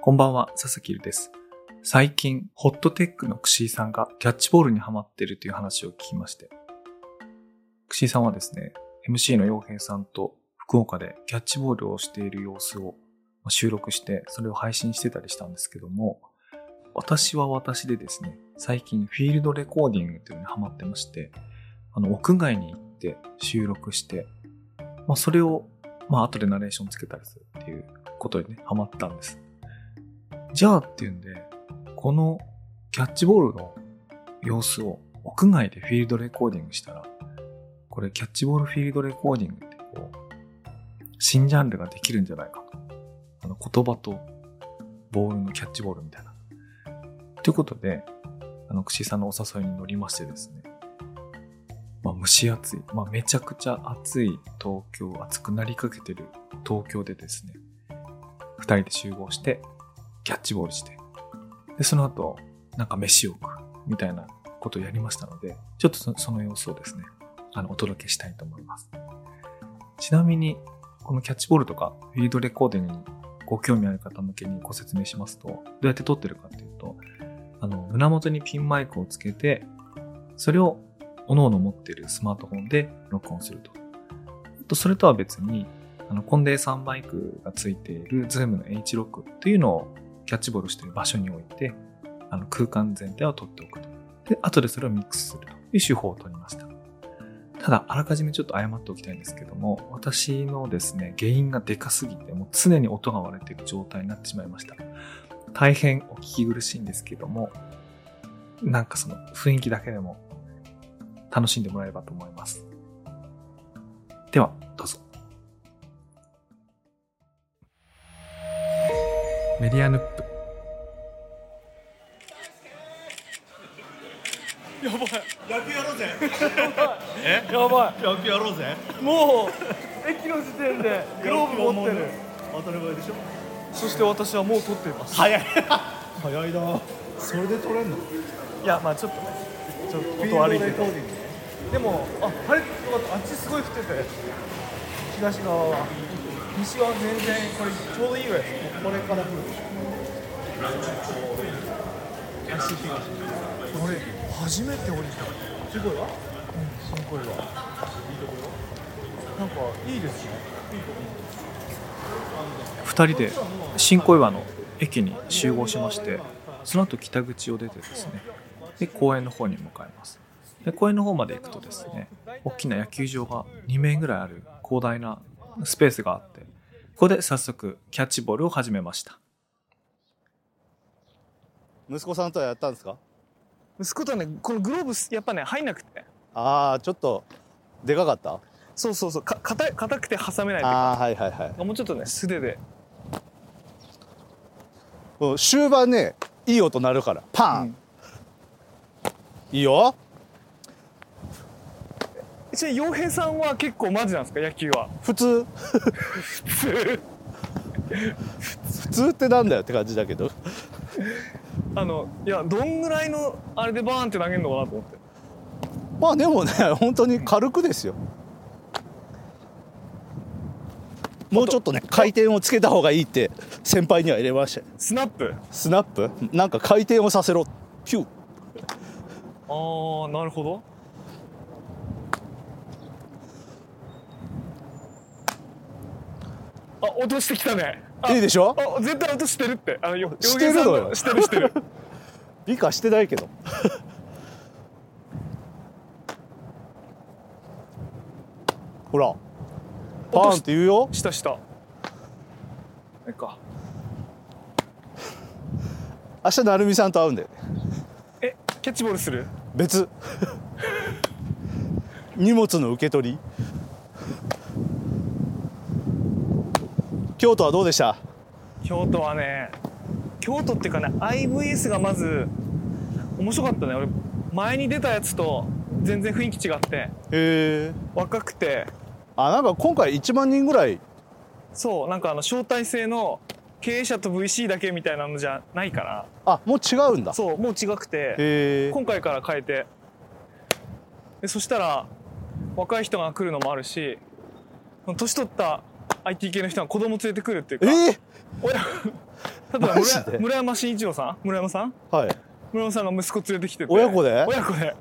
こんばんは、佐々木るです。最近、ホットテックのクシーさんがキャッチボールにハマってるという話を聞きまして。クシーさんはですね、MC の洋平さんと福岡でキャッチボールをしている様子をまあ収録して、それを配信してたりしたんですけども、私は私でですね、最近フィールドレコーディングというのにハマってまして、あの、屋外に行って収録して、まあ、それを、まあ、後でナレーションつけたりするっていうことにね、ハマったんです。じゃあっていうんで、このキャッチボールの様子を屋外でフィールドレコーディングしたら、これキャッチボールフィールドレコーディングってこう、新ジャンルができるんじゃないかと。あの言葉とボールのキャッチボールみたいな。ということで、あの、串井さんのお誘いに乗りましてですね、まあ、蒸し暑い、まあ、めちゃくちゃ暑い東京、暑くなりかけてる東京でですね、二人で集合して、キャッチボールして、で、その後、なんか飯を食う、みたいなことをやりましたので、ちょっとそその様子をですね、あの、お届けしたいと思います。ちなみに、このキャッチボールとか、フィールドレコーディングにご興味ある方向けにご説明しますと、どうやって撮ってるかっていうと、あの、胸元にピンマイクをつけて、それを、各々持ってるスマートフォンで録音すると。あと、それとは別に、あの、コンデンサーマイクがついている Zoom の H6 というのをキャッチボールしている場所に置いて、あの空間全体を取っておくと。で、後でそれをミックスするという手法を取りました。ただ、あらかじめちょっと謝っておきたいんですけども、私のですね、原因がでかすぎて、もう常に音が割れている状態になってしまいました。大変お聞き苦しいんですけども、なんかその雰囲気だけでも楽しんでもらえればと思います。では、どうぞ。メディアヌップ。野球やろうぜやば野球やろうぜいもう駅の時点でグローブ持ってる当たり前でしょそして私はもう取っています早い早いなそれで取れんのいやまあちょっとねちょっと音悪いけどでもあ晴れてよかったあっちすごい降ってて東側は西は全然これちょうどいいぐらいですこれから降るあれ初めて降りたすごいわうんすごいわなんかいいですね2人で新小岩の駅に集合しましてその後北口を出てですねで公園の方に向かいますで公園の方まで行くとですね大きな野球場が2面ぐらいある広大なスペースがあってここで早速キャッチボールを始めました息子さんとはやったんですか息子とはねこのグローブすやっぱね入んなくてああちょっとでかかったそうそうそうか硬い硬くて挟めないとああーはいはいはいかもうちょっとね素手でもう終盤ねいい音鳴るからパン、いいよちなみに洋平さんは結構マジなんですか野球は普通 普通普通ってなんだよって感じだけどあのいやどんぐらいのあれでバーンって投げるのかなと思ってまあでもね 本当に軽くですよもうちょっとね回転をつけた方がいいって先輩には入れましたよスナップスナップなんか回転をさせろピューああなるほどあ落としてきたねあいいでしょあ絶対落としてるってあのよしてるのよ洋平さんのしてるしてる美化してないけど ほらパーンって言うよしたしたあれか明日成美さんと会うんだよねえキャッチボールする別 荷物の受け取り京都はどうでした京都はね京都っていうかね IVS がまず面白かったね俺前に出たやつと全然雰囲気違ってへえ若くてあなんか今回1万人ぐらいそうなんかあの招待制の経営者と VC だけみたいなのじゃないかあもう違うんだらそうもう違くてへえ今回から変えてでそしたら若い人が来るのもあるし年取った IT 系の人が子供連れてくるっていうかえー、親確マジで村山慎一郎さん村山さんはい村山さんが息子連れてきてて親子で親子で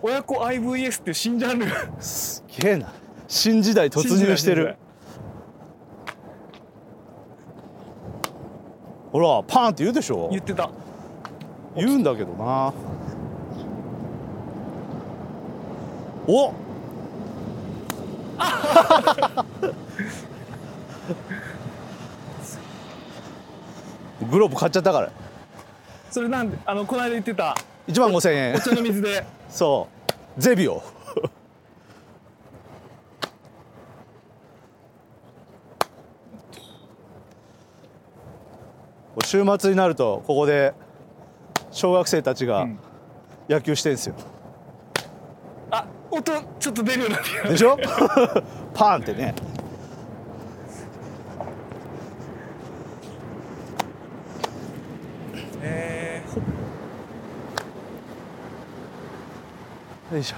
親子 IVS っていう新ジャンルすげえな新時代突入してるほらパーンって言うでしょ言ってた言うんだけどなおグローブ買っちゃったからそれなんであのこの間言ってた1万5000円お茶の水でそうゼビオ週末になるとここで小学生たちがん野球してんすよ、あ音ちょっと出るようになってきたでしょパーンってねえー、よいしょ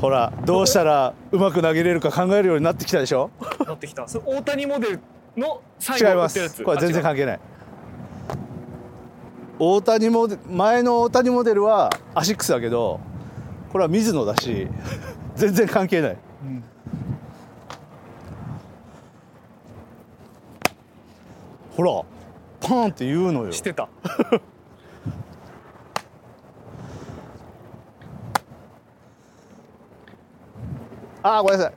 ほらどうしたらうまく投げれるか考えるようになってきたでしょほなってきたそれ大谷モデルの最後違いに売まってるやつすこれ全然あ違う関係ない大谷モデ前の大谷モデルはアシックスだけどこれは水野だし 全然関係ない、ほらパーンって言うのよしてたあーごめんなさい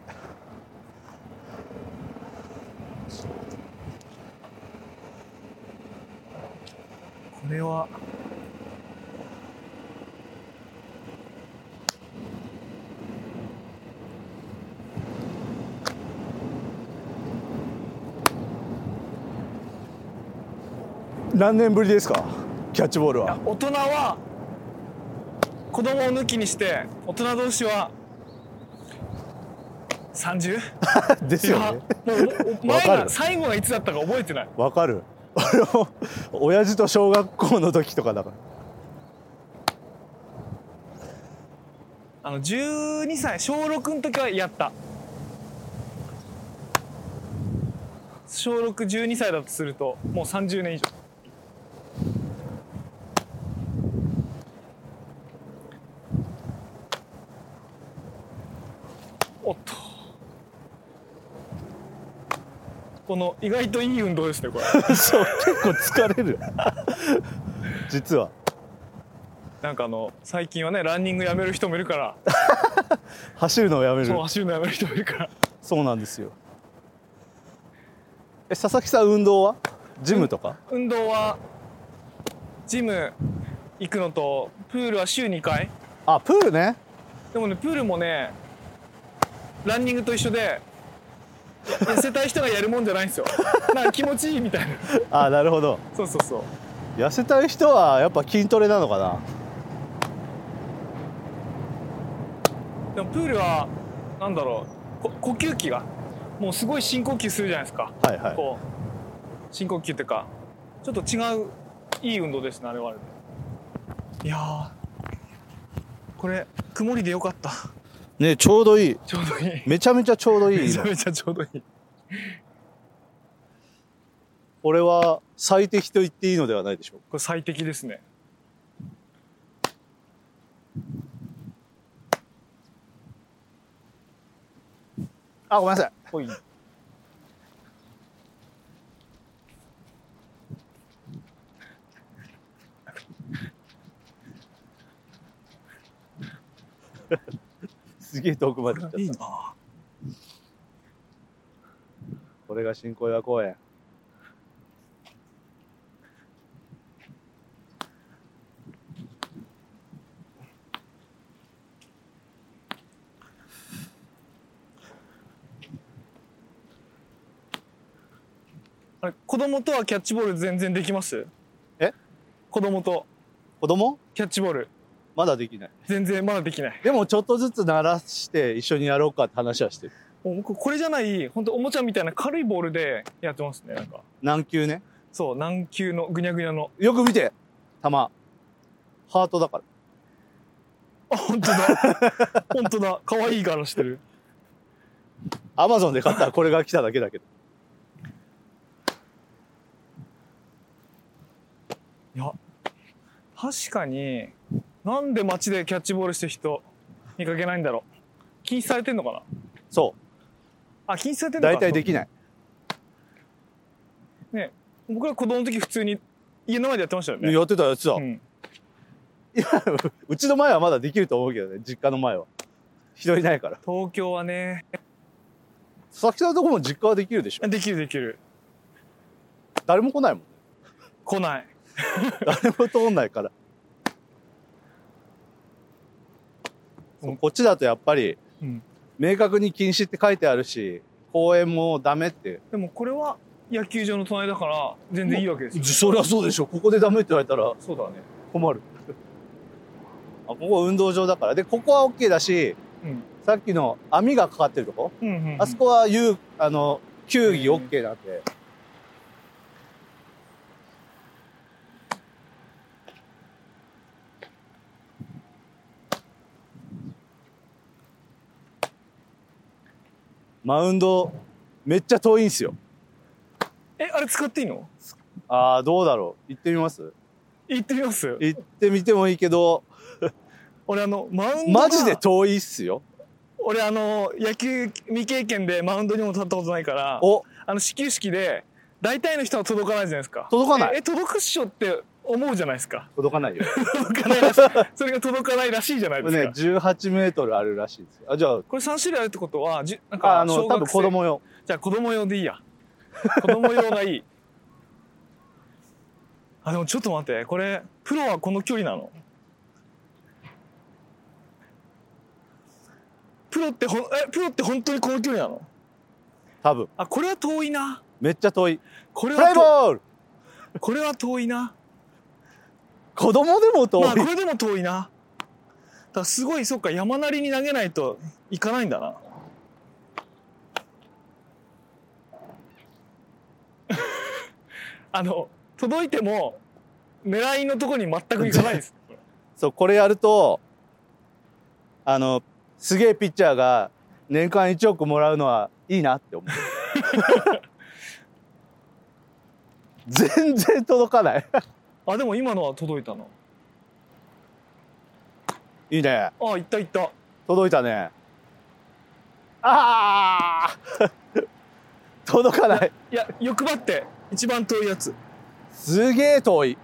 これは何年ぶりですかキャッチボールはあ大人は子供を抜きにして大人同士は 30? ですよねいやもうおお前わかがる最後がいつだったか覚えてないわかる 俺も親父と小学校の時とかだからあの12歳小6の時はやった小612歳だとするともう30年以上おっとこの意外といい運動ですねこ れそう結構疲れる実はなんかあの最近はねランニングやめる人もいるから走るのをやめるそうそう走るのやめる人もいるからなんですよえ佐々木さん運動はジムとか、運動はジム行くのとプールは週2回あプールねでもねプールもねランニングと一緒でや痩せたい人がやるもんじゃないん ですよなんか気持ちいいみたいなあなるほどそうそうそう痩せたい人はやっぱ筋トレなのかなでもプールはなんだろうこ呼吸器がもうすごい深呼吸するじゃないですかはいはいこう深呼吸っていうかちょっと違ういい運動ですねあれはあれでいやーこれ曇りでよかったねちょうどいいちょうどいいめちゃめちゃちょうどい めいちゃ今めちゃちょうどいい俺は最適と言っていいのではないでしょうかこれ最適ですねあごめんなさいほいすげえ遠くまで行っちゃったいいなこれが新小岩公園あれ子供とはキャッチボール全然できますえ子供と子供キャッチボールまだできない全然まだできないでもちょっとずつ慣らして一緒にやろうかって話はしてるもう僕これじゃない本当おもちゃみたいな軽いボールでやってますねなんか軟球ねそう軟球のぐにゃぐにゃのよく見て球ハートだからあ本当だ 本当だ可愛い柄してるアマゾンで買ったらこれが来ただけだけど確かに、なんで街でキャッチボールしてる人見かけないんだろう。禁止されてんのかなそあ、禁止されてうんのか大体できない僕ら子供の時普通に家の前でやってましたよね。やってたやってた、うんうちの前はまだできると思うけどね実家の前は人いないから東京はね、佐々木さんのとこも実家はできるでしょできるできる。誰も来ないもん来ない。誰も通んないからそうこっちだとやっぱり、うん明確に禁止って書いてあるし公園もダメってでもこれは野球場の隣だから全然いいわけですよ。そりゃそうでしょここでダメって言われたらそうだね。困るあここ運動場だからでここは OK だし、うんさっきの網がかかってるとこ、うんうん、うん。あそこは遊あの球技 OK なんで、マウンドめっちゃ遠いんすよえ、あれ使っていいのああどうだろう行ってみます行ってみます行ってみてもいいけど俺あの、マウンドがマジで遠いっすよ俺あの、野球未経験でマウンドにも立ったことないから、おあの始球式で大体の人は届かないじゃないですか。届かなえいえ、届くっしょって思うじゃないですか。 届かないよ届かないらしい。それが届かないらしいじゃないこでれすねか。 18メートルあるらしいですよあじゃあこれ3種類あるってことは、じゅなんあかあの小多分学子生供用じゃあ子供用でいいや。子供用がいい。あ、でもちょっと待って。これ、プロはこの距離なのプロってほん、え、プロって本当にこの距離なの多分あ、これは遠いな。めっちゃ遠いこれプラはイと、ボールこれは遠いな。子供でも遠い、まあ、これでも遠いな。だからすごい、そっか、山なりに投げないといかないんだな。 あの、届いても、狙いのとこに全くいかないです。そうこれやるとあのすげえピッチャーが年間1億もらうのはいいなって 思う全然届かないあ、でも今のは届いたの。いいねあ、いったいった。届いたねあー届かないいや、欲張って、一番遠いやつ。すげえ遠い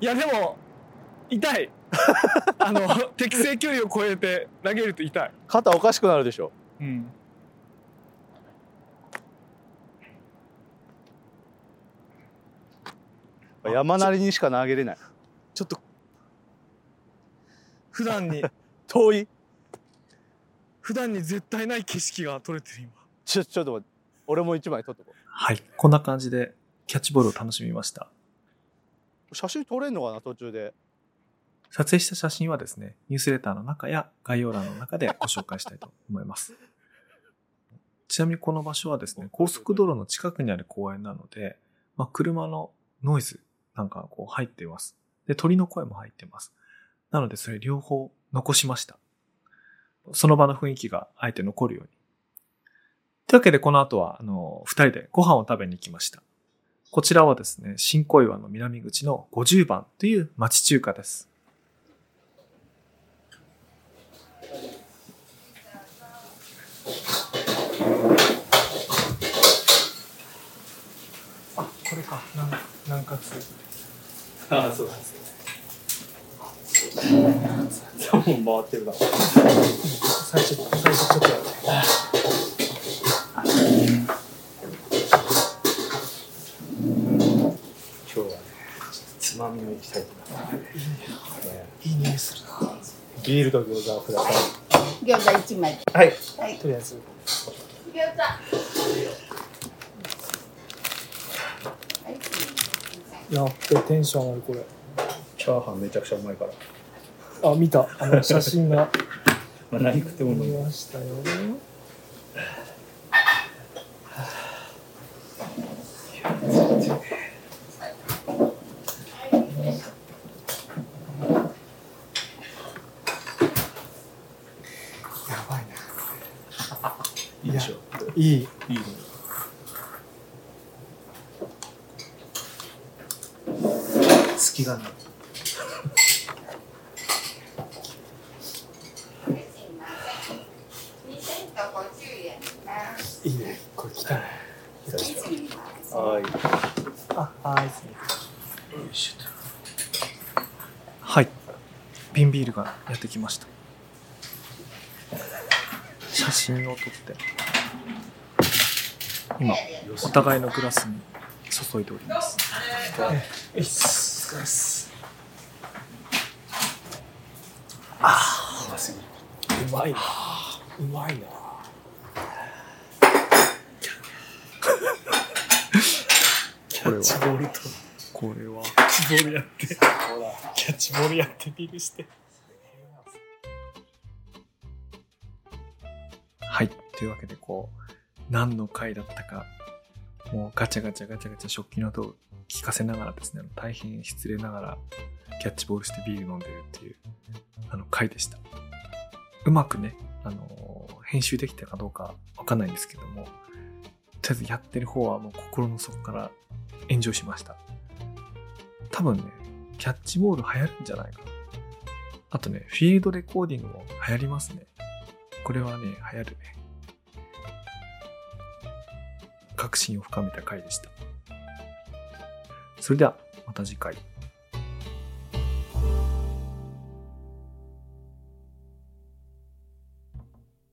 いや、でも、痛い。あの、適正距離を超えて投げると痛い。肩おかしくなるでしょうん。山なりにしか投げれないちょっと、普段に、遠い普段に絶対ない景色が撮れてる今ちょちょっと待って俺も一枚撮っとこはい。こんな感じでキャッチボールを楽しみました。う写真撮れんのかな途中で撮影した写真はですね、ニュースレターの中や概要欄の中でご紹介したいと思います。 ちなみにこの場所はですね、高速道路の近くにある公園なので、まあ、車のノイズなんかがこう入っています。で、鳥の声も入っています。なので、それ両方残しました。その場の雰囲気があえて残るように。というわけで、この後は、あの、二人でご飯を食べに行きました。こちらはですね、新小岩の南口の50番という町中華です。これかなんかつああそうなんですねもう回ってるな最初最初ちょっとやって今日はねつまみをいきたいと思いますねいい匂いするなビールと餃子をください餃子一枚。はいはい。とりあえず餃子。やっべテンション上がるこれチャーハンめちゃくちゃうまいからあ見た あの写真がまあ何食っても見ましたよいいでしょいいいいねがない。二千と五十円になります。いいね。これ汚い。いつになります。はい。あ、はい。はい。瓶ビールがやってきました。写真を撮って、今、お互いのグラスに注いでおります。いっす。お疲れっす。あー、うまいな。うまいな。これはキャッチボールとこれは。キャッチボールやって。キャッチボールやってビールして。はい。というわけで、こう、何の回だったか、もうガチャガチャガチャガチャ食器の音を聞かせながらですね、大変失礼ながらキャッチボールしてビール飲んでるっていう、あの、回でした。うまくね、あのー編集できたかどうかわかんないんですけども、とりあえずやってる方はもう心の底から炎上しました。多分ね、キャッチボール流行るんじゃないかな。あとね、フィールドレコーディングも流行りますね。これはね、流行るね。確信を深めた回でした。それでは、また次回。